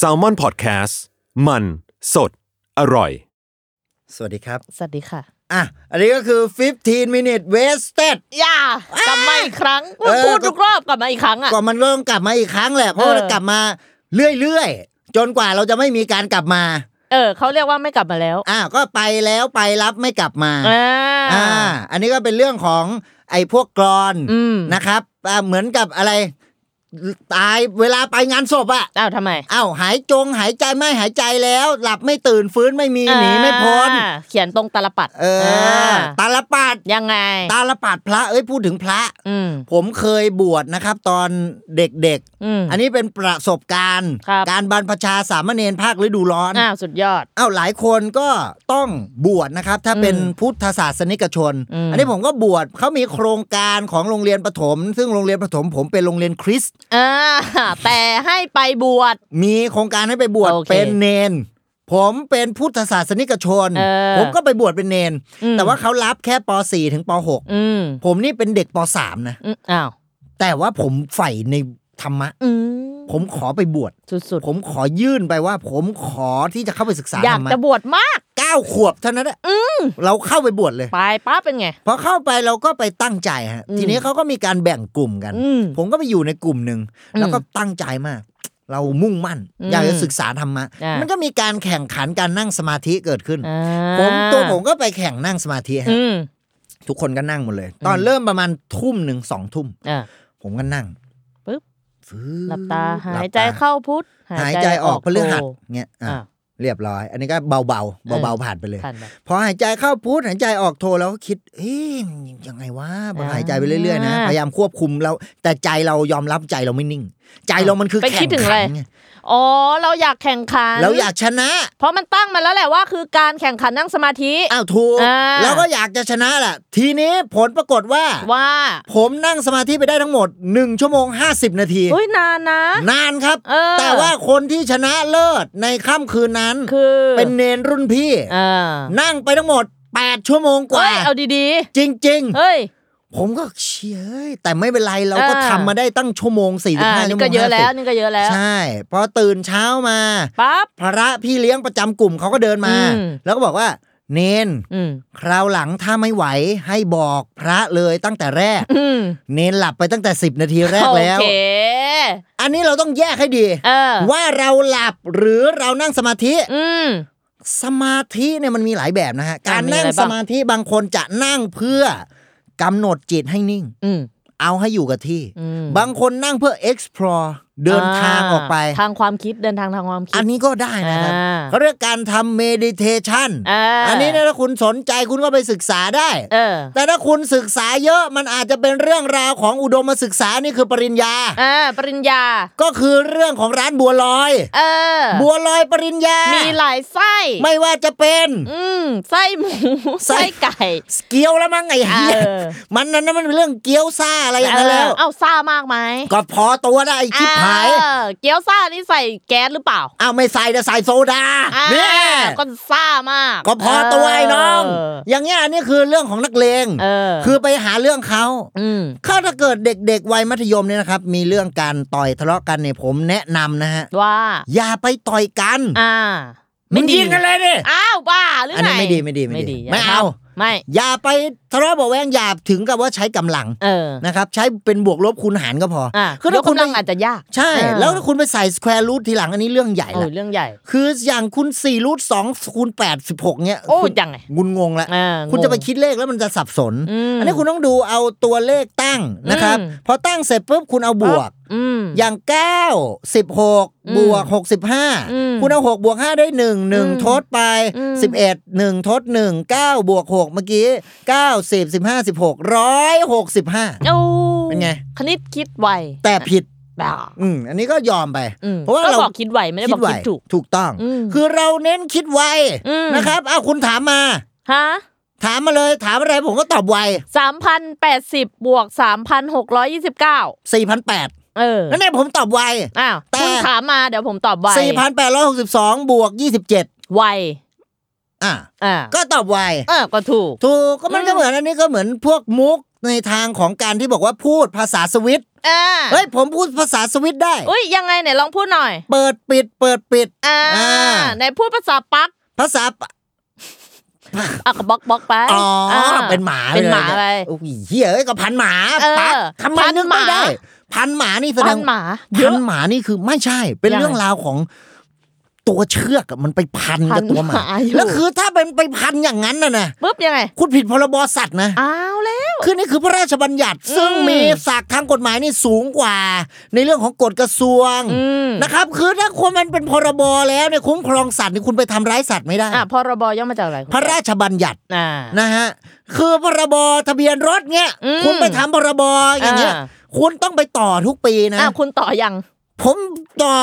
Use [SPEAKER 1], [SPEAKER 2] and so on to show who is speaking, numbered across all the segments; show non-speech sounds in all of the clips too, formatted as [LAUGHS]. [SPEAKER 1] s a l m o n PODCAST มันสดอร่อย
[SPEAKER 2] สวัสดีครับ
[SPEAKER 3] สวัสดีค่ะ
[SPEAKER 2] อ่ะ อันนี้ก็คือ 15 minute wasted
[SPEAKER 3] ย่ากลับมาอีกครั้ง
[SPEAKER 2] เออ
[SPEAKER 3] พูดทุกรอบกลับมาอีกครั้งอ่ะ
[SPEAKER 2] ก่อนมันเริ่มกลับมาอีกครั้งแหละ เพราะ
[SPEAKER 3] เออ
[SPEAKER 2] มันกลับมาเรื่อยๆ จนกว่าเราจะไม่มีการกลับมา
[SPEAKER 3] เออเขาเรียกว่าไม่กลับมาแล้ว
[SPEAKER 2] อ่ะ ก็ไปแล้วไปรับไม่กลับมา
[SPEAKER 3] อ่า
[SPEAKER 2] อ่า อันนี้ก็เป็นเรื่องของไอ้พวกกรอน
[SPEAKER 3] อืม
[SPEAKER 2] นะครับอ่าเหมือนกับอะไร ตายเวลาไปงานศพอะ
[SPEAKER 3] อ้าวทำไม
[SPEAKER 2] อ้าวหายจงหายใจไม่หายใจแล้ว หลับไม่ตื่นฟื้นไม่มีหนีไม่พ้น
[SPEAKER 3] อ่าเขียนตรงตาลปัด
[SPEAKER 2] เออ
[SPEAKER 3] า
[SPEAKER 2] ตาลปัด
[SPEAKER 3] ยังไง
[SPEAKER 2] ตาลปัดพระ เอ้ยพูดถึงพระ
[SPEAKER 3] อืม
[SPEAKER 2] ผมเคยบวชนะครับ ตอนเด็ก
[SPEAKER 3] อืม
[SPEAKER 2] ๆ อันนี้เป็นประสบการณ์
[SPEAKER 3] ครับ
[SPEAKER 2] การบรรพชาสามเณรภาคฤดูร้อน
[SPEAKER 3] อ้าวสุดยอด
[SPEAKER 2] เอ้าหลายคนก็ต้องบวชนะครับ ถ้าเป็นพุทธศาสนิกชน
[SPEAKER 3] อืม
[SPEAKER 2] อันนี้ผมก็บวชเขามีโครงการของโรงเรียนประถม ซึ่งโรงเรียนประถมผมเป็นโรงเรียนคริสต์
[SPEAKER 3] อ่าแต่ให้ไปบวช
[SPEAKER 2] มีโครงการให้ไปบวช
[SPEAKER 3] โอเค
[SPEAKER 2] เป็นเนน ผมเป็นพุทธศาสนิกชน
[SPEAKER 3] เออ
[SPEAKER 2] ผมก็ไปบวชเป็นเนน
[SPEAKER 3] อืม
[SPEAKER 2] แต่ว่าเขารับแค่ป .4 ถึงป .6
[SPEAKER 3] อืม
[SPEAKER 2] ผมนี่เป็นเด็กป .3 นะ
[SPEAKER 3] อืมอ้าว
[SPEAKER 2] แต่ว่าผมใฝ่ในธรรมะ
[SPEAKER 3] อืม
[SPEAKER 2] ผมขอไปบวช
[SPEAKER 3] สุด
[SPEAKER 2] ผมขอยื่นไปว่า ผมขอที่จะเข้าไปศึกษา
[SPEAKER 3] ๆ อยาก
[SPEAKER 2] ธรรมะ
[SPEAKER 3] จะบวชมาก
[SPEAKER 2] เก้าขวบเท่านั้นแหละเราเข้าไปบวชเลย
[SPEAKER 3] ไปป้าเป็นไง
[SPEAKER 2] พอเข้าไปเราก็ไปตั้งใจฮะ
[SPEAKER 3] อืม
[SPEAKER 2] ทีนี้เขาก็มีการแบ่งกลุ่มกัน
[SPEAKER 3] อืม
[SPEAKER 2] ผมก็ไปอยู่ในกลุ่มหนึ่ง
[SPEAKER 3] อืม
[SPEAKER 2] แล้วก็ตั้งใจมาก เรามุ่งมั่น
[SPEAKER 3] อืม
[SPEAKER 2] อยากจะศึกษาธรรมะ
[SPEAKER 3] อ่ามั
[SPEAKER 2] มันก็มีการแข่งขันการนั่งสมาธิเกิดขึ้น
[SPEAKER 3] อ่า
[SPEAKER 2] ผมตัวผมก็ไปแข่งนั่งสมาธิฮะ
[SPEAKER 3] อืม
[SPEAKER 2] ทุกคนก็นั่งหมดเลย ตอนเริ่มประมาณทุ่มหนึ่งสองทุ่ม
[SPEAKER 3] อ่า
[SPEAKER 2] ผมก็นั่ง
[SPEAKER 3] ปึ๊บ
[SPEAKER 2] ฟื้
[SPEAKER 3] หลับตาหายใจเข้าพุทธ
[SPEAKER 2] หายใจออกพฤหัส
[SPEAKER 3] โท
[SPEAKER 2] เงี้ยอ่ะ
[SPEAKER 3] อ่ะ
[SPEAKER 2] เรียบร้อย อันนี้ก็เบาๆเบาๆผ่านไปเลย
[SPEAKER 3] ผ่านไป
[SPEAKER 2] พอหายใจเข้าพุทหายใจออกโทแล้วก็คิดเฮ้ยยังไงวะพอหายใจไปเรื่อยๆนะ
[SPEAKER 3] อ่า
[SPEAKER 2] พยายามควบคุมเราแต่ใจเรายอมรับใจเราไม่นิ่ง ใจเรามันคือ
[SPEAKER 3] ไป
[SPEAKER 2] แข่
[SPEAKER 3] คิด
[SPEAKER 2] ง
[SPEAKER 3] ถึงอะ
[SPEAKER 2] ขั
[SPEAKER 3] ไร
[SPEAKER 2] นไง
[SPEAKER 3] อ๋อเราอยากแข่งขัน
[SPEAKER 2] เราอยากชนะ
[SPEAKER 3] เพราะมันตั้งมาแล้วแหละว่าคือการแข่งขันนั่งสมาธิ
[SPEAKER 2] อ้าวถูก
[SPEAKER 3] อ่า
[SPEAKER 2] เราก็อยากจะชนะแหละทีนี้ผลปรากฏว่า
[SPEAKER 3] ว่า
[SPEAKER 2] ผมนั่งสมาธิไปได้ทั้งหมด1ชั่วโมง 50 นาที
[SPEAKER 3] เฮ้ยนานนะ
[SPEAKER 2] นานครับ
[SPEAKER 3] เออ
[SPEAKER 2] แต่ว่าคนที่ชนะเลิศในค่ำคืนนั้น
[SPEAKER 3] คือ
[SPEAKER 2] เป็นเนนรุ่นพี่
[SPEAKER 3] เออ
[SPEAKER 2] นั่งไปทั้งหมด 8 ชั่วโมงกว่า
[SPEAKER 3] เฮ้ยเอาดี
[SPEAKER 2] จริง
[SPEAKER 3] ๆ เฮ้ย
[SPEAKER 2] ๆ ผมก็เชี่ยเอ้ยแต่ไม่เป็นไรเราก็
[SPEAKER 3] อ่า
[SPEAKER 2] ทำมาได้ตั้งชั่วโมง 45
[SPEAKER 3] อ่า
[SPEAKER 2] ชั่ว
[SPEAKER 3] นี่
[SPEAKER 2] โม
[SPEAKER 3] ก็
[SPEAKER 2] ง
[SPEAKER 3] เยอะแล้ว
[SPEAKER 2] 50
[SPEAKER 3] นี่ก็เยอะแล้ว
[SPEAKER 2] ใช่พอตื่นเช้ามา
[SPEAKER 3] ปั๊บ
[SPEAKER 2] พระพี่เลี้ยงประจำกลุ่มเขาก็เดินมา
[SPEAKER 3] อืม
[SPEAKER 2] แล้วก็บอกว่า เนน
[SPEAKER 3] อืม
[SPEAKER 2] คราวหลังถ้าไม่ไหวให้บอกพระเลยตั้งแต่แร
[SPEAKER 3] [LAUGHS]
[SPEAKER 2] ก
[SPEAKER 3] อืม
[SPEAKER 2] เนนหลับไปตั้งแต่ 10 นาทีแรกแล้ว
[SPEAKER 3] โอเค
[SPEAKER 2] อันนี้เราต้องแยกให้ดี
[SPEAKER 3] เออ
[SPEAKER 2] ว่าเราหลับหรือเรานั่งสมาธิ
[SPEAKER 3] อืม
[SPEAKER 2] สมาธิเนี่ยมันมีหลายแบบนะฮะ
[SPEAKER 3] อ่ะ
[SPEAKER 2] การ
[SPEAKER 3] มี
[SPEAKER 2] นั่ง
[SPEAKER 3] อะไร
[SPEAKER 2] ส
[SPEAKER 3] บ้าง
[SPEAKER 2] มาธิบางคนจะนั่งเพื่อกำหนดจิตให้นิ่ง
[SPEAKER 3] อืม
[SPEAKER 2] เอาให้อยู่กับที่
[SPEAKER 3] อืม
[SPEAKER 2] บางคนนั่งเพื่อ explore เดินทางออกไป
[SPEAKER 3] ทางความคิดเดินทางทางความคิด
[SPEAKER 2] อันนี้ก็ได้นะครับ
[SPEAKER 3] อ่า
[SPEAKER 2] เขาเรียกการทำ meditation
[SPEAKER 3] อ่า
[SPEAKER 2] อันนี้เนี่ยถ้าคุณสนใจคุณก็ไปศึกษาได้
[SPEAKER 3] เออ
[SPEAKER 2] แต่ถ้าคุณศึกษาเยอะมันอาจจะเป็นเรื่องราวของอุดมศึกษานี่คือปริญญา
[SPEAKER 3] อ่าปริญญา
[SPEAKER 2] ก็คือเรื่องของร้านบัวลอย
[SPEAKER 3] เออ
[SPEAKER 2] บัวลอยปริญญา
[SPEAKER 3] มีหลายไส้
[SPEAKER 2] ไม่ว่าจะเป็น
[SPEAKER 3] อืมไส้หมู
[SPEAKER 2] ไส้
[SPEAKER 3] ไส้ไก่
[SPEAKER 2] เกี๊ยวแล้วมั้งไอ้
[SPEAKER 3] เอ
[SPEAKER 2] เหี้ย
[SPEAKER 3] อ
[SPEAKER 2] มันนั้นนะมันเป็นเรื่องเกี๊ยวซ่าอะไรอย่างนั้นแล้ว
[SPEAKER 3] เออเอาซ่ามากไหม
[SPEAKER 2] ก็พอตัวได้ไอ้ชิบหาย
[SPEAKER 3] เออเกี๊ยวซ่านี่ใส่แก๊สหรือเปล่า
[SPEAKER 2] เอาไม่ใส่แต่ใส่โซดา
[SPEAKER 3] อ่า
[SPEAKER 2] เนี่ย
[SPEAKER 3] ก็ซ่ามาก
[SPEAKER 2] ก็พอตัวไอ้น้อง
[SPEAKER 3] เ
[SPEAKER 2] อย่างเงี้ยอันนี้คือเรื่องของนักเลง
[SPEAKER 3] เออ
[SPEAKER 2] คือไปหาเรื่องเขา
[SPEAKER 3] อืม
[SPEAKER 2] ถ้าถ้าเกิดเด็กๆวัยมัธยมเนี่ยนะครับ มีเรื่องการต่อยทะเลาะกันเนี่ยผมแนะนำนะฮะ
[SPEAKER 3] ว่า
[SPEAKER 2] อย่าไปต่อยกัน
[SPEAKER 3] อ่า
[SPEAKER 2] มั
[SPEAKER 3] ไม่
[SPEAKER 2] น
[SPEAKER 3] ดี
[SPEAKER 2] ยิงกันเลยดิ
[SPEAKER 3] อ้าวบ้าหรือ
[SPEAKER 2] อัน
[SPEAKER 3] ไง
[SPEAKER 2] นี้ไม่ดีไม่ดีไม่ดี
[SPEAKER 3] ย่
[SPEAKER 2] ไม่เอา
[SPEAKER 3] ทำไม่
[SPEAKER 2] อย่าไปทะเลาะเบาะแวงอย่าถึงกับว่าใช้กำลัง
[SPEAKER 3] เออ
[SPEAKER 2] นะครับ ใช้เป็นบวกลบคูณหารก็พอ
[SPEAKER 3] อ่ะ
[SPEAKER 2] คือถ้าคุณ
[SPEAKER 3] กำลัง
[SPEAKER 2] ไป
[SPEAKER 3] อาจจะยาก
[SPEAKER 2] ใช่
[SPEAKER 3] เออ
[SPEAKER 2] แล้วถ้าคุณไปใส่สแควร์รูททีหลังอันนี้เรื่องใหญ่
[SPEAKER 3] โอ้
[SPEAKER 2] ละ
[SPEAKER 3] ยเรื่องใหญ่
[SPEAKER 2] คืออย่างคุณ4รูทสองคูณแปดสิบหกเนี่ย
[SPEAKER 3] โอ้ย
[SPEAKER 2] คุณ
[SPEAKER 3] จังไง
[SPEAKER 2] งุนงงละ
[SPEAKER 3] เออง
[SPEAKER 2] คุณจะไปคิดเลขแล้วมันจะสับสน
[SPEAKER 3] อืม
[SPEAKER 2] นนี้คุณต้องดูเอาตัวเลขตั้งนะครับ
[SPEAKER 3] อืม
[SPEAKER 2] พอตั้งเสร็จปุ๊บคุณเอาบวก
[SPEAKER 3] อืม
[SPEAKER 2] อย่าง 9
[SPEAKER 3] อืม
[SPEAKER 2] 16 บวก
[SPEAKER 3] อืม
[SPEAKER 2] 65 คุณเอา 6 บวก 5 ได้ 1 1 ทดไป
[SPEAKER 3] อืม
[SPEAKER 2] 11 1 ทด 1 9 บวก 6 เมื่อกี้ 9 10 15 16 165
[SPEAKER 3] โอ้
[SPEAKER 2] เป็นไง
[SPEAKER 3] คณิตคิดไว
[SPEAKER 2] แต่ผิด
[SPEAKER 3] บ้า
[SPEAKER 2] อืมอันนี้ก็ยอมไป
[SPEAKER 3] อืม
[SPEAKER 2] เพราะว่า
[SPEAKER 3] ก็
[SPEAKER 2] เรา
[SPEAKER 3] บอกคิดไหวไม่ได้บอกคิด
[SPEAKER 2] ว
[SPEAKER 3] ถูก
[SPEAKER 2] ถูกต้อง
[SPEAKER 3] อืม
[SPEAKER 2] คือเราเน้นคิดไว
[SPEAKER 3] อืม
[SPEAKER 2] นะครับเอาคุณถามมา
[SPEAKER 3] ฮะ
[SPEAKER 2] ถามมาเลยถามอะไรผมก็ตอบไว
[SPEAKER 3] สามพันแปดสิบบวกสามพันหกร้อยยี่สิบเก้า
[SPEAKER 2] 4,800
[SPEAKER 3] เออ
[SPEAKER 2] นั่นเองผมตอบไว
[SPEAKER 3] อ้าว
[SPEAKER 2] แต่
[SPEAKER 3] คุณถามมาเดี๋ยวผมตอบไว
[SPEAKER 2] 4,862บวก27
[SPEAKER 3] ไว
[SPEAKER 2] อ่ะ
[SPEAKER 3] อ่า
[SPEAKER 2] ก็ตอบไว
[SPEAKER 3] เออก็ถูก
[SPEAKER 2] ถูกก็มัน
[SPEAKER 3] อืม
[SPEAKER 2] ก็เหมือนอันนี้ก็เหมือนพวกมุกในทางของการที่บอกว่าพูดภาษาสวิต
[SPEAKER 3] อ่า
[SPEAKER 2] เฮ้ยผมพูดภาษาสวิตได้
[SPEAKER 3] อุ้ยยังไงไหนลองพูดหน่อย
[SPEAKER 2] เปิดปิด เปิดปิด
[SPEAKER 3] อ่า
[SPEAKER 2] อ่า
[SPEAKER 3] ในพูดภาษาปัก
[SPEAKER 2] ภาษาปะ
[SPEAKER 3] อ่ะก็บล็อกบล็อกไป
[SPEAKER 2] อ๋ออา เป็นหมา
[SPEAKER 3] เป็นหมา
[SPEAKER 2] ลย
[SPEAKER 3] ไป
[SPEAKER 2] โอ้ยเหี้ยเอ้ยก็พันหมา
[SPEAKER 3] เออ
[SPEAKER 2] ปักทำไม
[SPEAKER 3] พัน
[SPEAKER 2] นึกไม่
[SPEAKER 3] หมา
[SPEAKER 2] ได้ พันหมานี่แสด
[SPEAKER 3] พั
[SPEAKER 2] ง
[SPEAKER 3] นหมาเย
[SPEAKER 2] พัน
[SPEAKER 3] อะ
[SPEAKER 2] หมานี่คือไม่ใช่ เป็น
[SPEAKER 3] ยังไง
[SPEAKER 2] เรื่องราวของตัวเชือกอะมันไปพัน
[SPEAKER 3] พัน
[SPEAKER 2] กับตัวห
[SPEAKER 3] ห
[SPEAKER 2] มา
[SPEAKER 3] มาอยู่
[SPEAKER 2] แล้วคือถ้าเป็นไปพันอย่างนั้นน่ะนะ
[SPEAKER 3] ปุ๊บยังไง
[SPEAKER 2] คุณผิดพรบสัตว์นะ
[SPEAKER 3] อ้าวแล้ว
[SPEAKER 2] คือนี่คือพระราชบัญญัติ ซึ่งมีศักดิ์ทางกฎหมายนี่สูงกว่า ในเรื่องของกฎกระทรวง
[SPEAKER 3] อืม
[SPEAKER 2] นะครับ คือถ้าคนมันเป็นพรบแล้วเนี่ยคุ้มครองสัตว์นี่คุณไปทำร้ายสัตว์ไม่ได้
[SPEAKER 3] อ่ะพรบย่อมาจากอะไร
[SPEAKER 2] พระราชบัญญัติ
[SPEAKER 3] อ่า
[SPEAKER 2] นะฮะคือพรบทะเบียนรถเนี่ย
[SPEAKER 3] อืม
[SPEAKER 2] คุณไปทำพรบอย่างเงี้ย
[SPEAKER 3] อ่า
[SPEAKER 2] คุณต้องไปต่อทุกปีนะ
[SPEAKER 3] อ่ะคุณต่อยัง
[SPEAKER 2] ผมต่อ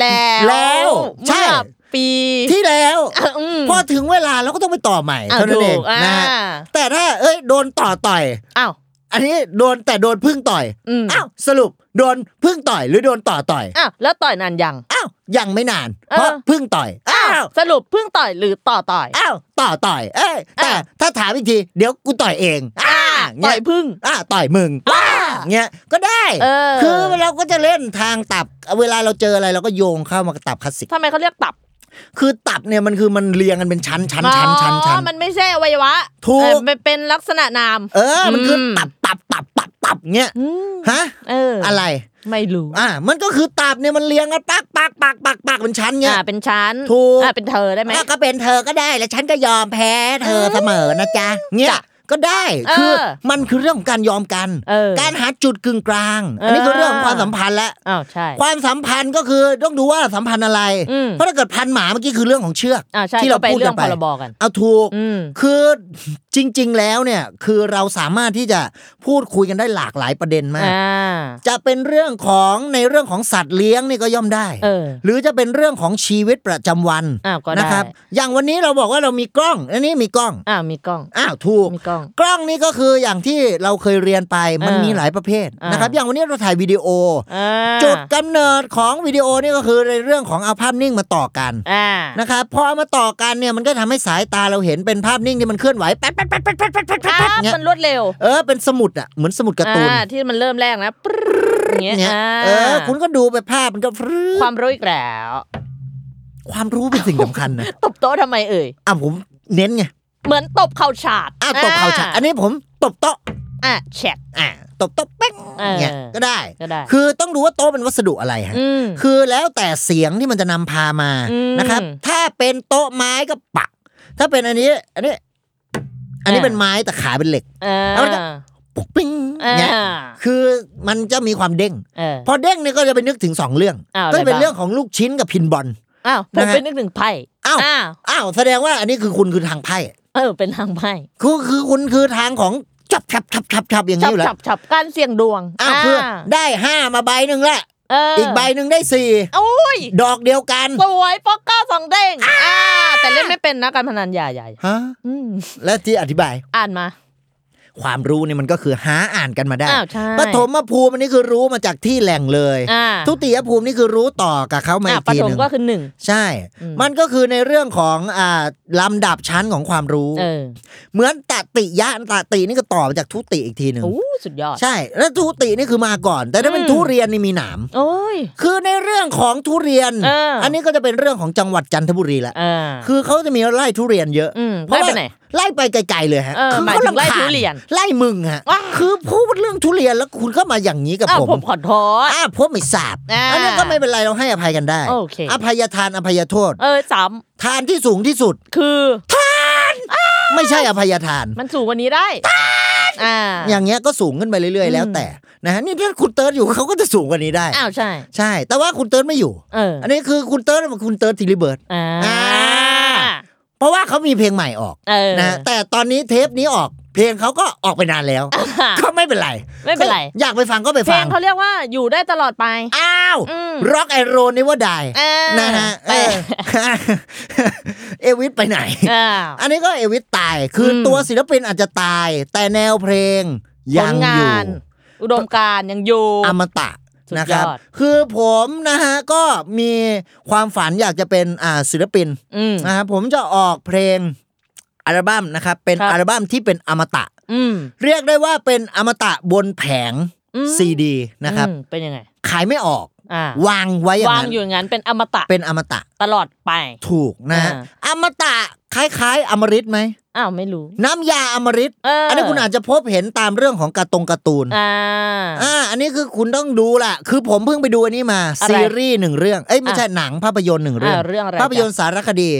[SPEAKER 3] แล้ว
[SPEAKER 2] แล้วใช่
[SPEAKER 3] เมื่อปี
[SPEAKER 2] ที่แล้ว
[SPEAKER 3] อืม
[SPEAKER 2] พอถึงเวลาเราก็ต้องไปต่อใหม่
[SPEAKER 3] อ่ะ
[SPEAKER 2] เท่านั้น
[SPEAKER 3] ถู
[SPEAKER 2] เอง
[SPEAKER 3] กอ่า
[SPEAKER 2] นะฮะแต่ถ้าเอ้ยโดนต่อต่อย
[SPEAKER 3] อ้าว
[SPEAKER 2] อันนี้โดนแต่โดนพึ่งต่อย
[SPEAKER 3] อืม
[SPEAKER 2] อ้าวสรุปโดนพึ่งต่อยหรือโดนต่อต่อย
[SPEAKER 3] อ้าวแล้วต่อยนานยัง
[SPEAKER 2] อ้าวยังไม่นาน
[SPEAKER 3] เออ
[SPEAKER 2] เพราะพึ่งต่อยอ้าว
[SPEAKER 3] สรุปเพิ่งต่อยหรือต่อต่อย
[SPEAKER 2] อ้าวต่อต่อย เอ้ยแต่
[SPEAKER 3] อ่ะ
[SPEAKER 2] ถ้าถามอีกทีเดี๋ยวกูต่อยเองอ้า
[SPEAKER 3] ต่
[SPEAKER 2] เงี้
[SPEAKER 3] อยยพึ่ง
[SPEAKER 2] อ้าต่อยมึงอ้าเงี้ยก็ได้
[SPEAKER 3] เออ
[SPEAKER 2] คือเราก็จะเล่นทางตับ เวลาเราเจออะไรเราก็โยงเข้ามากับตับคลาสสิก
[SPEAKER 3] ทำไมเขาเรียกตับ
[SPEAKER 2] คือตับเนี่ยมันคือมันเรียงกันเป็นชั้นชั้นชั้นชั้นชั้น
[SPEAKER 3] อ๋อมันไม่ใช่อวัยวะ
[SPEAKER 2] ถูก
[SPEAKER 3] เออมันเป็นลักษณะนาม
[SPEAKER 2] เออมันคืออ
[SPEAKER 3] ม
[SPEAKER 2] ตับตับตับตับตับเงี้ย
[SPEAKER 3] อืม
[SPEAKER 2] ฮะ
[SPEAKER 3] เอออ
[SPEAKER 2] อะไร
[SPEAKER 3] ไม่รู้
[SPEAKER 2] อ่ามันก็คือตับเนี่ยมันเรียงกันปักปักปักปักปักเป็นชั้นเงี้ย
[SPEAKER 3] อ่าเป็นชั้น
[SPEAKER 2] ถูก
[SPEAKER 3] อ่าเป็นเธอได้ไหม
[SPEAKER 2] อ่ะก็เป็นเธอก็ได้แล้วฉันก็ยอมแพ้เธอเสมอนะจ๊ะเนี่ยก็ได้
[SPEAKER 3] เออ
[SPEAKER 2] คือมันคือเรื่องของการยอมกัน
[SPEAKER 3] เออ
[SPEAKER 2] การหาจุดกึ่งกลาง
[SPEAKER 3] เอออั
[SPEAKER 2] อันนี้คือเรื่องของความสัมพันธ์และ
[SPEAKER 3] อ้าวใช่
[SPEAKER 2] ความสัมพันธ์ก็คือต้องดูว่าสัมพันธ์อะไร
[SPEAKER 3] อืม
[SPEAKER 2] เพราะถ้าเกิดพันหมาเมื่อกี้คือเรื่องของเชือก
[SPEAKER 3] อ่าใช่
[SPEAKER 2] ที่เรา
[SPEAKER 3] ก็ไป
[SPEAKER 2] พูด
[SPEAKER 3] เรื่
[SPEAKER 2] กั
[SPEAKER 3] อน ง
[SPEAKER 2] ไป
[SPEAKER 3] พรบกัน
[SPEAKER 2] เอาถูก
[SPEAKER 3] อืม
[SPEAKER 2] คือจริง ๆ แล้วเนี่ยคือเราสามารถที่จะพูดคุยกันได้หลากหลายประเด็นมาก
[SPEAKER 3] อ่า
[SPEAKER 2] จะเป็นเรื่องของในเรื่องของสัตว์เลี้ยงนี่ก็ย่อมได้
[SPEAKER 3] เออ
[SPEAKER 2] หรือจะเป็นเรื่องของชีวิตประจำวัน
[SPEAKER 3] อ้าวก็ได้
[SPEAKER 2] นะครับ อย่างวันนี้เราบอกว่าเรามีกล้อง อันนี้มีกล้อง
[SPEAKER 3] อ้าวมีกล้อง
[SPEAKER 2] อ้าวถูก
[SPEAKER 3] มีกล้อง
[SPEAKER 2] กล้องนี่ก็คืออย่างที่เราเคยเรียนไปมัน
[SPEAKER 3] เออ
[SPEAKER 2] มีหลายประเภท
[SPEAKER 3] อ่าน
[SPEAKER 2] นะครับ อย่างวันนี้เราถ่ายวิดีโอ
[SPEAKER 3] อ่า
[SPEAKER 2] อจุดกำเนิดของวิดีโอนี่ก็คือในเรื่องของเอาภาพนิ่งมาต่อกัน
[SPEAKER 3] อ่า
[SPEAKER 2] นะครับพอเอามาต่อกันเนี่ยมันก็ทำให้สายตาเราเห็นเป็นภาพนิ่งที่มันเคลื่อนไหวแป๊ดแป๊ดแป๊ดแป๊ดแป๊ดแป๊ดแป๊ด
[SPEAKER 3] อ่า
[SPEAKER 2] แป๊ดเงี้ย
[SPEAKER 3] มันรวดเร็ว
[SPEAKER 2] เออเป็นสมุดอ่ะเหมือนสมุดการ์ตูน
[SPEAKER 3] อ่าที่มันเริ่มแรกนะปรึ๊ดอย่างเงี้ย
[SPEAKER 2] เนี่ย
[SPEAKER 3] อ่า
[SPEAKER 2] เออคุณก็ดูไปภาพมันก็ฟรึ๊ด
[SPEAKER 3] ความรู้อีกแล้ว
[SPEAKER 2] ความรู้เป็นสิ่งสำคัญนะ
[SPEAKER 3] ตบโต๊ะทำไมเอ่ย
[SPEAKER 2] อ่ะผมเน้นไง
[SPEAKER 3] เหมือนตบเข่าฉาด
[SPEAKER 2] อ้าวตบเข่าฉากอันนี้ผมตบโต๊ะ
[SPEAKER 3] อ่าแฉก
[SPEAKER 2] อ่าตบโต๊ะเป๊ก
[SPEAKER 3] เออ
[SPEAKER 2] เนี่ยก็ได้
[SPEAKER 3] ก็ได้
[SPEAKER 2] คือต้องดูว่าโต๊ะเป็นวัสดุอะไรฮะ
[SPEAKER 3] อืม
[SPEAKER 2] คือแล้วแต่เสียงที่มันจะนำพามา
[SPEAKER 3] อืม
[SPEAKER 2] นะครับ ถ้าเป็นโต๊ะไม้ก็ปัก ถ้าเป็นอันนี้ อันนี้ อันนี้
[SPEAKER 3] อ่า
[SPEAKER 2] เป็นไม้แต่ขาเป็นเหล็ก
[SPEAKER 3] อ่า
[SPEAKER 2] เอาละ ปุ๊กปิ้ง
[SPEAKER 3] อ่า
[SPEAKER 2] เนี่ยคือมันจะมีความเด้ง
[SPEAKER 3] เออ
[SPEAKER 2] พอเด้งเนี่ยก็จะไปนึกถึงสองเรื่อง
[SPEAKER 3] อ้าว
[SPEAKER 2] ก็จะเป็น
[SPEAKER 3] อะไรบ้าง
[SPEAKER 2] เรื่องของลูกชิ้นกับพินบอล
[SPEAKER 3] อ้าวผ
[SPEAKER 2] นะ
[SPEAKER 3] ม
[SPEAKER 2] ฮะ
[SPEAKER 3] เป็นนึกถึงไพ่
[SPEAKER 2] อ้าว
[SPEAKER 3] ว
[SPEAKER 2] อ้าวแสดงว่าอันนี้คือคุณคือทางไพ่
[SPEAKER 3] เออเป็นทางไพ่
[SPEAKER 2] คือคือคุณคือทางของจับจับจับจับจับอย่าง
[SPEAKER 3] ฉั
[SPEAKER 2] นี้อ
[SPEAKER 3] บ
[SPEAKER 2] ยู่แล้ว
[SPEAKER 3] ฉับฉับการเสี่ยงดวง
[SPEAKER 2] อ้าวเพื่อได้ห้ามาใบหนึ่งละ
[SPEAKER 3] เออ
[SPEAKER 2] อีกใบหนึ่งได้สี่
[SPEAKER 3] โอ้ย
[SPEAKER 2] ดอกเดียวกัน
[SPEAKER 3] สวยโป๊กเก้าสองเด้งอ่าแต่เล่นไม่เป็นนะการพนันใหญ่ใหญ่
[SPEAKER 2] ฮะ
[SPEAKER 3] อืม
[SPEAKER 2] และที่อธิบาย
[SPEAKER 3] อ่านมา
[SPEAKER 2] ความรู้เนี่ยมันก็คือหาอ่านกันมาได้
[SPEAKER 3] อ้าวใช่
[SPEAKER 2] ปฐมภูมิอันนี้คือรู้มาจากที่แหล่งเลย
[SPEAKER 3] อ่า
[SPEAKER 2] ทุติยภูมินี่คือรู้ต่อกับเขามา
[SPEAKER 3] อ่า
[SPEAKER 2] อีก
[SPEAKER 3] ป
[SPEAKER 2] ที
[SPEAKER 3] ฐ
[SPEAKER 2] ห
[SPEAKER 3] ม
[SPEAKER 2] นึ่ง
[SPEAKER 3] ก็คือหนึ่ง
[SPEAKER 2] ใช่
[SPEAKER 3] อืม
[SPEAKER 2] มันก็คือในเรื่องของอ่าลำดับชั้นของความรู้
[SPEAKER 3] เออ
[SPEAKER 2] เหมือนตติยะตตินี่ก็ต่อมาจากทุติอีกทีหนึ่ง
[SPEAKER 3] โอ้สุดยอด
[SPEAKER 2] ใช่ แล้วทุตินี่คือมาก่อน แต่ถ้าเป็น
[SPEAKER 3] อืม
[SPEAKER 2] ทุเรียนนี่มีหนาม
[SPEAKER 3] โอ้ย
[SPEAKER 2] คือในเรื่องของทุเรียน
[SPEAKER 3] เอออั
[SPEAKER 2] นนี้ก็จะเป็นเรื่องของจังหวัดจันทบุรีละ
[SPEAKER 3] อ่า
[SPEAKER 2] คือเขาจะมีไล่ทุเรียนเยอะ
[SPEAKER 3] อืม
[SPEAKER 2] เพราะว่า
[SPEAKER 3] ไล่ไปไหน
[SPEAKER 2] ไล่ไปไกลๆเลยฮะ
[SPEAKER 3] เออ
[SPEAKER 2] คื
[SPEAKER 3] หมายถึงไล่
[SPEAKER 2] ขำคาญ
[SPEAKER 3] ทุเรียน
[SPEAKER 2] ไล่มึงฮะ
[SPEAKER 3] ว้า
[SPEAKER 2] คือพูดเรื่องทุเรียนแล้วคุณก็มาอย่างนี้กับ
[SPEAKER 3] อ้าว
[SPEAKER 2] ผม
[SPEAKER 3] ผมขอโทษ
[SPEAKER 2] อ่าผมไม่ทราบ
[SPEAKER 3] อ่า
[SPEAKER 2] อันนี้ก็ไม่เป็นไรเราให้อภัยกันได้
[SPEAKER 3] โอเค
[SPEAKER 2] ภัยทานอภัยโทษ
[SPEAKER 3] เออสาม
[SPEAKER 2] ทานที่สูงที่สุด
[SPEAKER 3] คือ
[SPEAKER 2] ไม่ใช่อภัยทาน
[SPEAKER 3] มันสูงกวันนี้ได้อ่า
[SPEAKER 2] อย่างเงี้ยก็สูงขึ้นไปเรื่อยๆแล้วแต่นะฮะนี่ถ้าคุณเติร์ดอยู่เขาก็จะสูงกว่านี้ได้
[SPEAKER 3] อ้าวใช่
[SPEAKER 2] ใช่ แต่ว่าคุณเติร์ดไม่อยู่
[SPEAKER 3] เออ
[SPEAKER 2] อันนี้คือคุณเติร์ดเป็นคุณเติร์ดทิลิเบิร์ด
[SPEAKER 3] อ่า
[SPEAKER 2] อ่า เพราะว่าเขามีเพลงใหม่ออก
[SPEAKER 3] เออ
[SPEAKER 2] นะฮะแต่ตอนนี้เทปนี้ออก เพลงเขาก็ออกไปนานแล้ว
[SPEAKER 3] ค่ะ
[SPEAKER 2] ก็ไม่เป็นไร
[SPEAKER 3] ไม่เป็นไร
[SPEAKER 2] อยากไปฟังก็ไป
[SPEAKER 3] เพล
[SPEAKER 2] ฟั
[SPEAKER 3] ง
[SPEAKER 2] ง
[SPEAKER 3] เขาเรียกว่าอยู่ได้ตลอดไป
[SPEAKER 2] อ้าว
[SPEAKER 3] อืม
[SPEAKER 2] ร็อกไอโรน e ว่าได้
[SPEAKER 3] เออ
[SPEAKER 2] นะฮะเ
[SPEAKER 3] ไป
[SPEAKER 2] ออเอวิสไปไหน
[SPEAKER 3] อ่า
[SPEAKER 2] อันนี้ก็เอวิสตาย คืออ
[SPEAKER 3] ม
[SPEAKER 2] ตัวศิลปินอาจจะตาย แต่แนวเพลง
[SPEAKER 3] ผ
[SPEAKER 2] ยังอง
[SPEAKER 3] ลา
[SPEAKER 2] ยู่
[SPEAKER 3] น อุดมการณ์ยังอยู่
[SPEAKER 2] อมตะ
[SPEAKER 3] สุดยอด
[SPEAKER 2] นะครับ คือผมนะฮะก็มีความฝันอยากจะเป็นอ่าศิลปิน
[SPEAKER 3] อืม
[SPEAKER 2] นะครับผมจะออกเพลงอัลบั้มนะครับ เป็น
[SPEAKER 3] ครับ
[SPEAKER 2] อัลบั้มที่เป็นอมตะ
[SPEAKER 3] อืม
[SPEAKER 2] เรียกได้ว่าเป็นอมตะบนแผง
[SPEAKER 3] อืม
[SPEAKER 2] ซีดีนะครับ
[SPEAKER 3] อืมเป็นยังไง
[SPEAKER 2] ขายไม่ออก
[SPEAKER 3] อ่าว
[SPEAKER 2] างไว้อย่าว
[SPEAKER 3] าง ง
[SPEAKER 2] นั้น
[SPEAKER 3] อยู่อย่างนั้นเป็นอมตะ
[SPEAKER 2] เป็นอมตะ
[SPEAKER 3] ตลอดไป
[SPEAKER 2] ถูกนะฮะอมตะคล้าย ๆ อมฤตไหม
[SPEAKER 3] อ้าวไม่รู้
[SPEAKER 2] น้ำยาอมฤต
[SPEAKER 3] เอออั
[SPEAKER 2] นนี้คุณอาจจะพบเห็นตามเรื่องของการ์ตงการ์ตูน
[SPEAKER 3] อ่า
[SPEAKER 2] อ่าอันนี้คือคุณต้องดูล่ะ คือผมเพิ่งไปดูอันนี้มา
[SPEAKER 3] อะไร
[SPEAKER 2] ซีรีส์หนึ่งเรื่องเอ้ยไม่ใช่หนังภาพยนตร์หนึ่งเรื่อง
[SPEAKER 3] อ่าเรื่องอะไรจ๊ะ
[SPEAKER 2] ภาพยนตร์สารคดี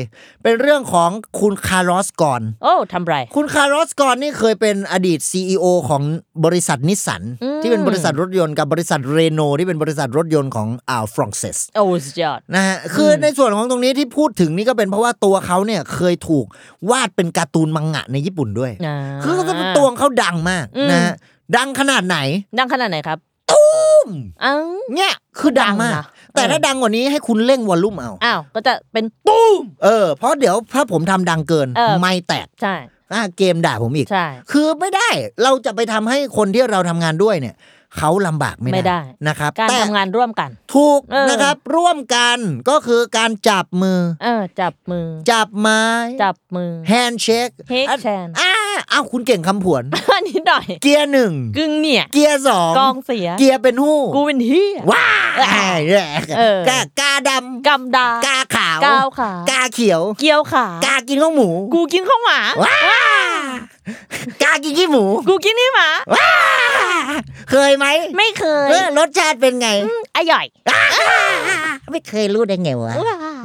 [SPEAKER 2] เป็นเรื่องของคุณคาร์ลอสกอน
[SPEAKER 3] โอ้ทำไร
[SPEAKER 2] คุณคาร์ลอสกอนนี่เคยเป็นอดีต CEO ของบริษัทนิสสัน
[SPEAKER 3] อืม
[SPEAKER 2] ที่เป็นบริษัทรถยนต์กับบริษัทเรโนที่เป็นบริษัทรถยนต์ของอ่าวฟรองเซส
[SPEAKER 3] โอ้สุดยอด
[SPEAKER 2] นะฮะคือในส่วนของตรงนี้ที่พูดถึงนี่ก็เป็นเพราะว่าตัวเขาเนี่ยเคยถูกวาดเป็นการ์ตูนมังงะในญี่ปุ่นด้วย
[SPEAKER 3] อ่า
[SPEAKER 2] คือเขาเป็นตัวของเขาดังมาก
[SPEAKER 3] อืม
[SPEAKER 2] นะฮะดังขนาดไหน
[SPEAKER 3] ดังขนาดไหนครับ
[SPEAKER 2] ตุ้ม
[SPEAKER 3] อ้าว
[SPEAKER 2] เนี่ยคือดังมาก
[SPEAKER 3] ดังนะ
[SPEAKER 2] แต่ถ้าดังกว่านี้ให้คุณเร่งวอลลุ่มเอา
[SPEAKER 3] อ้าว ก็จะเป็น
[SPEAKER 2] ตุ้มเออเพราะเดี๋ยวถ้าผมทำดังเกิน
[SPEAKER 3] เออ
[SPEAKER 2] ไม่แตก
[SPEAKER 3] ใช่
[SPEAKER 2] อ่ะเกมด่าผมอีก
[SPEAKER 3] ใช่
[SPEAKER 2] คือไม่ได้เราจะไปทำให้คนที่เราทำงานด้วยเนี่ยเขาลำบากไม่
[SPEAKER 3] ไม่ได้
[SPEAKER 2] ได้นะครับ
[SPEAKER 3] การ
[SPEAKER 2] แต่
[SPEAKER 3] ทำงานร่วมกัน
[SPEAKER 2] ถูก
[SPEAKER 3] เออ
[SPEAKER 2] นะครับร่วมกันก็คือการจับมือ
[SPEAKER 3] เออ จับมือ
[SPEAKER 2] จับไม้
[SPEAKER 3] จับมือ
[SPEAKER 2] แฮนด์เช็ค
[SPEAKER 3] Handshake
[SPEAKER 2] อ่าอ้าวคุณเก่งคำผวน
[SPEAKER 3] อันนี้หน่อย
[SPEAKER 2] เกียร์หนึ่ง
[SPEAKER 3] กึ่งเนี่ย
[SPEAKER 2] เกียร์สอง
[SPEAKER 3] กองเสีย
[SPEAKER 2] เกียร์เป็นหู้
[SPEAKER 3] กูเป็นเฮีย
[SPEAKER 2] ว้ายแหละ
[SPEAKER 3] [LAUGHS] เออ
[SPEAKER 2] กากาดำ
[SPEAKER 3] กำดาก
[SPEAKER 2] าขาว
[SPEAKER 3] กาวขาก
[SPEAKER 2] าเขียว
[SPEAKER 3] เกียวขาก
[SPEAKER 2] ากินข้าวหมู
[SPEAKER 3] กูกินข้าวหมา
[SPEAKER 2] ว้า กากินขี้หมู
[SPEAKER 3] กูกินนี่หมา
[SPEAKER 2] ว้า เคยไหม
[SPEAKER 3] ไม่เคย
[SPEAKER 2] เออรสชาติเป็นไง
[SPEAKER 3] อร่อย
[SPEAKER 2] ไม่เคยรู้ได้ไงวะ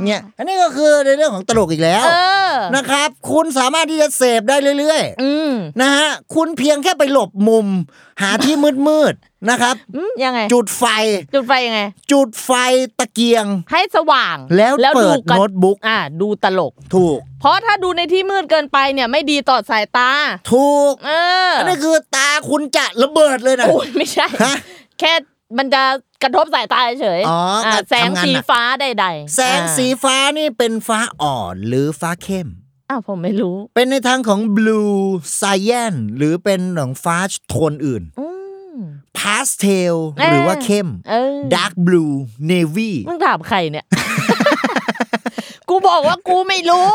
[SPEAKER 2] เนี่ย อันนี้ก็คือในเรื่องของตลกอีกแล้ว
[SPEAKER 3] เออ
[SPEAKER 2] นะครับ คุณสามารถที่จะเสพได้เรื่อย ๆ
[SPEAKER 3] อืม
[SPEAKER 2] นะฮะคุณเพียงแค่ไปหลบมุม หาที่มืดมืดๆนะครับ
[SPEAKER 3] อืมยังไง
[SPEAKER 2] จุดไฟ
[SPEAKER 3] จุดไฟยังไง
[SPEAKER 2] จุดไฟตะเกียง
[SPEAKER 3] ให้สว่าง
[SPEAKER 2] แล้วเปิด
[SPEAKER 3] กัน
[SPEAKER 2] โน้ตบุ๊ก
[SPEAKER 3] อ่า ดูตลก
[SPEAKER 2] ถูก
[SPEAKER 3] เพราะถ้าดูในที่มืดเกินไปเนี่ยไม่ดีต่อสายตา
[SPEAKER 2] ถูก
[SPEAKER 3] เออ
[SPEAKER 2] นั่นคือตาคุณจะระเบิดเลยนะ
[SPEAKER 3] โอ้ยไม่ใช่
[SPEAKER 2] ฮะ
[SPEAKER 3] แค่มันจะกระทบสายตาเฉย
[SPEAKER 2] อ๋ออ่
[SPEAKER 3] า
[SPEAKER 2] การ
[SPEAKER 3] แสง
[SPEAKER 2] ทำงาน
[SPEAKER 3] สี
[SPEAKER 2] หนัก
[SPEAKER 3] ฟ้าใดๆ
[SPEAKER 2] แสง
[SPEAKER 3] อ่า
[SPEAKER 2] สีฟ้านี่เป็นฟ้าอ่อนหรือฟ้าเข้ม
[SPEAKER 3] อ้าวผมไม่รู้
[SPEAKER 2] เป็นในทางของ blue cyan หรือเป็นของฟ้าโทนอื่น
[SPEAKER 3] อืม
[SPEAKER 2] pastel
[SPEAKER 3] อ่า
[SPEAKER 2] หรือว่าเข้ม
[SPEAKER 3] เออ
[SPEAKER 2] dark blue navy
[SPEAKER 3] มึงถามใครเนี่ย [LAUGHS] กูบอกว่ากูไม่รู้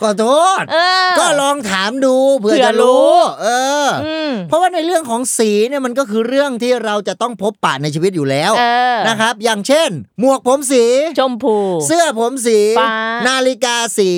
[SPEAKER 2] ขอโทษ
[SPEAKER 3] เออ
[SPEAKER 2] ก็ลองถามดูเผื่อ
[SPEAKER 3] เผื่
[SPEAKER 2] จะ
[SPEAKER 3] อรู้
[SPEAKER 2] รู้ เอออ
[SPEAKER 3] อืม
[SPEAKER 2] เพราะว่าในเรื่องของสีเนี่ยมันก็คือเรื่องที่เราจะต้องพบปะในชีวิตอยู่แล้ว
[SPEAKER 3] เออ
[SPEAKER 2] นะครับ อย่างเช่น หมวกผมสี
[SPEAKER 3] ชมพู
[SPEAKER 2] เสื้อผมสี
[SPEAKER 3] ฟ้า
[SPEAKER 2] นาฬิกาสี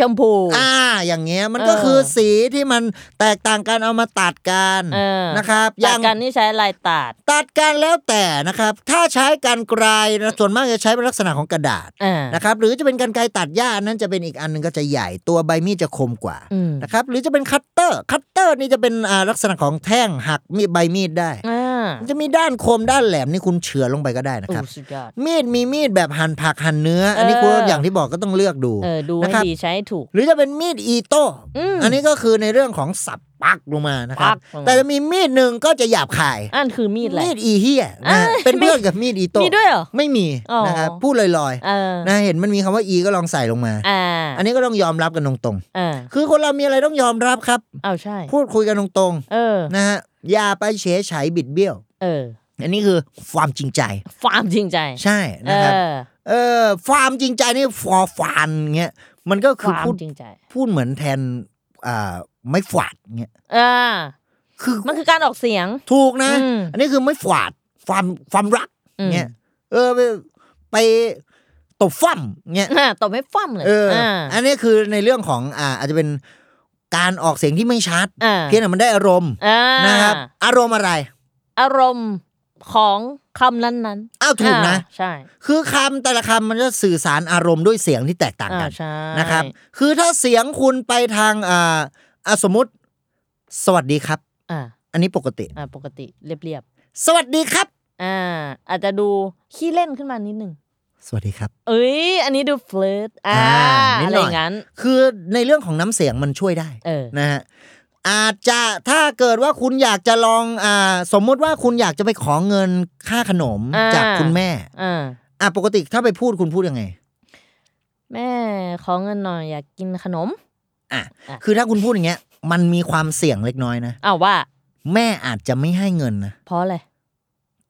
[SPEAKER 3] ชมพู
[SPEAKER 2] อ่าอย่างเงี้ยมัน
[SPEAKER 3] เออ
[SPEAKER 2] ก็คือสีที่มันแตกต่างกันเอามาตัดกัน
[SPEAKER 3] เออ
[SPEAKER 2] นะครับอ
[SPEAKER 3] ตัด
[SPEAKER 2] ย่าง
[SPEAKER 3] กันนี่ใช้ลายตัด
[SPEAKER 2] ตัดกันแล้วแต่นะครับ ถ้าใช้กันไกลนะส่วนมากจะใช้เป็นลักษณะของกระดาษ
[SPEAKER 3] อ่า
[SPEAKER 2] นะครับหรือจะเป็นกันไกรตัดหญ้าอันนั้นจะเป็นอีกอันหนึงก็จะใหญ่ตัวใบมีดจะคมกว่า
[SPEAKER 3] อืม
[SPEAKER 2] นะครับหรือจะเป็นคัตเตอร์คัตเตอร์นี่จะเป็นอ่าลักษณะของแท่งหักมีดใบมีดได้
[SPEAKER 3] อ่า
[SPEAKER 2] มันจะมีด้านคมด้านแหลมนี่คุณเฉือลงไปก็ได้นะ
[SPEAKER 3] โอ้
[SPEAKER 2] ครับ
[SPEAKER 3] สุดยอด
[SPEAKER 2] มีดมีมีดแบบหั่นผักหั่นเนื้อ อันนี้
[SPEAKER 3] เออ
[SPEAKER 2] คุณอย่างที่บอกก็ต้องเลือกดู
[SPEAKER 3] เออ ดู
[SPEAKER 2] นะ
[SPEAKER 3] ให้
[SPEAKER 2] ครับ
[SPEAKER 3] ดีใช้ให้ถูก
[SPEAKER 2] หรือจะเป็นมีดอีโต้
[SPEAKER 3] อืม
[SPEAKER 2] อันนี้ก็คือในเรื่องของสับปักลงมานะค
[SPEAKER 3] ปั
[SPEAKER 2] รับ
[SPEAKER 3] กลงมา
[SPEAKER 2] แต่จะมีมีดหนึ่งก็จะหยาบคาย
[SPEAKER 3] อันคือมีดอะไร
[SPEAKER 2] มีดอีเฮียนะฮะ
[SPEAKER 3] เอ้ย
[SPEAKER 2] เป็นเพื่อนกับมีดอีโต้
[SPEAKER 3] มีด้วยเหรอ
[SPEAKER 2] ไม่มี
[SPEAKER 3] อ๋อ
[SPEAKER 2] นะครับพูดลอย
[SPEAKER 3] เออ
[SPEAKER 2] ๆนะเห็นมันมีคำว่าอีก็ลองใส่ลงมา
[SPEAKER 3] อ่า
[SPEAKER 2] อันนี้ก็ต้องยอมรับกันตรง
[SPEAKER 3] เออ
[SPEAKER 2] ๆ คือคนเรามีอะไรต้องยอมรับครับ
[SPEAKER 3] เอาใช่
[SPEAKER 2] พูดคุยกันตรง
[SPEAKER 3] เออ
[SPEAKER 2] ๆนะฮะอย่าไปเฉยไฉบิดเบี้ยว
[SPEAKER 3] เออ
[SPEAKER 2] อันนี้คือความจริงใจ
[SPEAKER 3] ความจริงใจ
[SPEAKER 2] ใช่
[SPEAKER 3] เอ
[SPEAKER 2] นะครับ
[SPEAKER 3] อ
[SPEAKER 2] เออฟาร์มจริงใจนี่ฟอร์ฟานเงี้ยมันก็
[SPEAKER 3] ค
[SPEAKER 2] คือ
[SPEAKER 3] วาม
[SPEAKER 2] พูด
[SPEAKER 3] จริงใจ
[SPEAKER 2] พูดเหมือนแทนอ่าไม่ฝาดเงี้ย
[SPEAKER 3] เออ
[SPEAKER 2] คือ
[SPEAKER 3] มันคือการออกเสียง
[SPEAKER 2] ถูกนะ
[SPEAKER 3] อืม
[SPEAKER 2] อันนี้คือไม่ฝาดฟาร์มฟาร์มรัก
[SPEAKER 3] อืม
[SPEAKER 2] เงี้ยเออไปไปตบฟั่มเงี้ย
[SPEAKER 3] อ่าตบให้ฟั่มเลย
[SPEAKER 2] เอออา อันนี้คือในเรื่องของอ่าอาจจะเป็นการออกเสียงที่ไม่ชัด
[SPEAKER 3] อ่า
[SPEAKER 2] เพียงแต่มันได้อารมณ์
[SPEAKER 3] อ่า
[SPEAKER 2] นะครับอารมณ์อะไร
[SPEAKER 3] อารมณ์ของคำนั้นนั้น
[SPEAKER 2] อ้าวถูกนะ
[SPEAKER 3] ใช่
[SPEAKER 2] คือคำแต่ละคำมันจะสื่อสารอารมณ์ด้วยเสียงที่แตกต่าง
[SPEAKER 3] อ่า
[SPEAKER 2] กัน
[SPEAKER 3] ใช่
[SPEAKER 2] นะครับ คือถ้าเสียงคุณไปทางอ่าอ่ะสมมติ สวัสดีครับ
[SPEAKER 3] อ่า
[SPEAKER 2] อันนี้ปกติ
[SPEAKER 3] อ่าปกติเรียบ
[SPEAKER 2] สวัสดีครับ
[SPEAKER 3] ๆอ่า อาจจะดูขี้เล่นขึ้นมานิดนึง
[SPEAKER 2] สวัสดีครับ
[SPEAKER 3] เอ้ย อันนี้ดูเฟลิร์ตอ่า
[SPEAKER 2] อ่านิด
[SPEAKER 3] อะไร
[SPEAKER 2] หน่
[SPEAKER 3] อ
[SPEAKER 2] อย
[SPEAKER 3] ย่างนั้น
[SPEAKER 2] คือในเรื่องของน้ำเสียงมันช่วยได้
[SPEAKER 3] เออ
[SPEAKER 2] นะฮะอาจจะถ้าเกิดว่าคุณอยากจะลองอ่าสมมุติว่าคุณอยากจะไปขอเงินค่าขนม
[SPEAKER 3] อ่า
[SPEAKER 2] จากคุณแม่
[SPEAKER 3] อ่า
[SPEAKER 2] อ่ะปกติถ้าไปพูดคุณพูดยังไง
[SPEAKER 3] แม่ขอเงินหน่อยอยากกินขนม
[SPEAKER 2] อ่ะ
[SPEAKER 3] อ่ะ
[SPEAKER 2] คือถ้าคุณพูดอย่างเงี้ย มันมีความเสี่ยงเล็กน้อยนะ
[SPEAKER 3] อ้าวว่า
[SPEAKER 2] แม่อาจจะไม่ให้เงินนะ
[SPEAKER 3] เพราะอะไร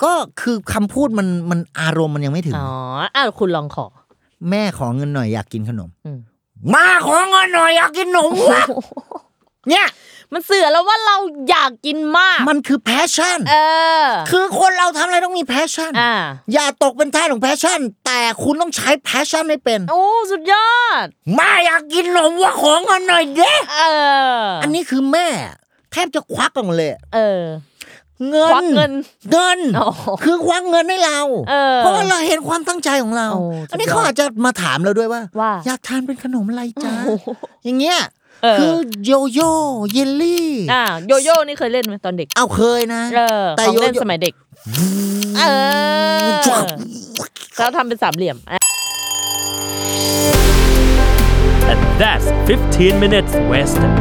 [SPEAKER 2] ก็คือคำพูดมันมันอารมณ์มันยังไม่ถึง
[SPEAKER 3] อ๋อ อ้าวคุณลองขอ
[SPEAKER 2] แม่ขอเงินหน่อยอยากกินขนม
[SPEAKER 3] อืม
[SPEAKER 2] มาขอเงินหน่อยอยากกินขนมวะเนี่ย
[SPEAKER 3] มันเสือแล้วว่าเราอยากกินมาก
[SPEAKER 2] มันคือแพชชั่น
[SPEAKER 3] เออ
[SPEAKER 2] คือคนเราทำอะไรต้องมีแพชชั่น
[SPEAKER 3] อ่า
[SPEAKER 2] อย่าตกเป็นท่าสของแพชชั่น แต่คุณต้องใช้แพชชั่นให้เป็น
[SPEAKER 3] โอ้ สุดยอด
[SPEAKER 2] มาอยากกินขนมว่าขอเงินหน่อยเด้
[SPEAKER 3] เออ
[SPEAKER 2] อันนี้คือแม่ แทบจะควักออกมาเลย
[SPEAKER 3] เออ
[SPEAKER 2] เงิน
[SPEAKER 3] ควักเงิน
[SPEAKER 2] เงิน
[SPEAKER 3] อ๋อ
[SPEAKER 2] คือควักเงินให้เรา
[SPEAKER 3] เออ
[SPEAKER 2] เพราะว่าเราเห็นความตั้งใจของเรา
[SPEAKER 3] โอ้สุดยอด
[SPEAKER 2] อันนี้เขาอาจจะมาถามเราด้วยว่า
[SPEAKER 3] ว่า
[SPEAKER 2] อยากทานเป็นขนมอะไรจ้า
[SPEAKER 3] โอ้โห
[SPEAKER 2] อย่างเงี้ย
[SPEAKER 3] เออ
[SPEAKER 2] คือโยโย่เยลลี่
[SPEAKER 3] อ่าโยโย่นี่เคยเล่นไหมตอนเด็ก
[SPEAKER 2] เอาเคยนะ
[SPEAKER 3] เออ
[SPEAKER 2] แต่
[SPEAKER 3] ของเล่น
[SPEAKER 2] โยโย่
[SPEAKER 3] สมัยเด็ก เออแล้วทำเป็นสามเหลี่ยมอ่ะ
[SPEAKER 4] And that's 15 minutes wasted.